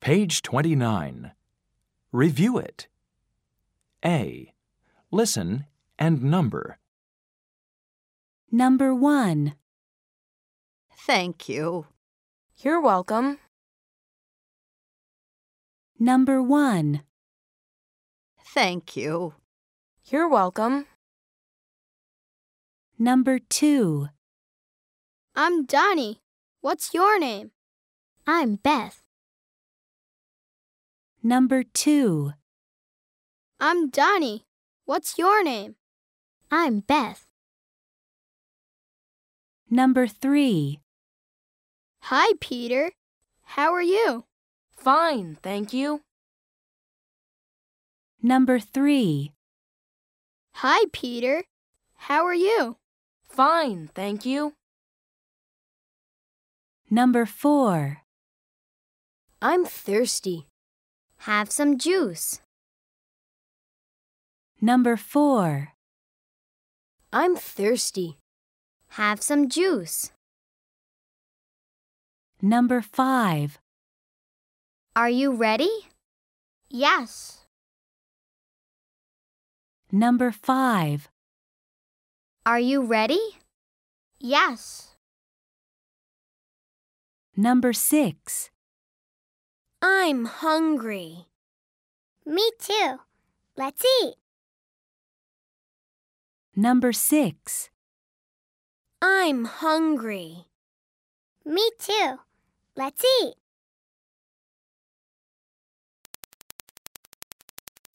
Page 29. Review it. A. Listen and number. Number 1. Thank you. You're welcome. Number 1. Thank you. You're welcome. Number 2. I'm Donnie. What's your name? I'm Beth. Number 2. I'm Donnie. What's your name? I'm Beth. Number 3. Hi, Peter. How are you? Fine, thank you. Number 3. Hi, Peter. How are you? Fine, thank you. Number 4. I'm thirsty. Have some juice. Number 4. I'm thirsty. Have some juice. Number 5. Are you ready? Yes. Number 5. Are you ready? Yes. Number 6. I'm hungry. Me too. Let's eat. Number 6. I'm hungry. Me too. Let's eat.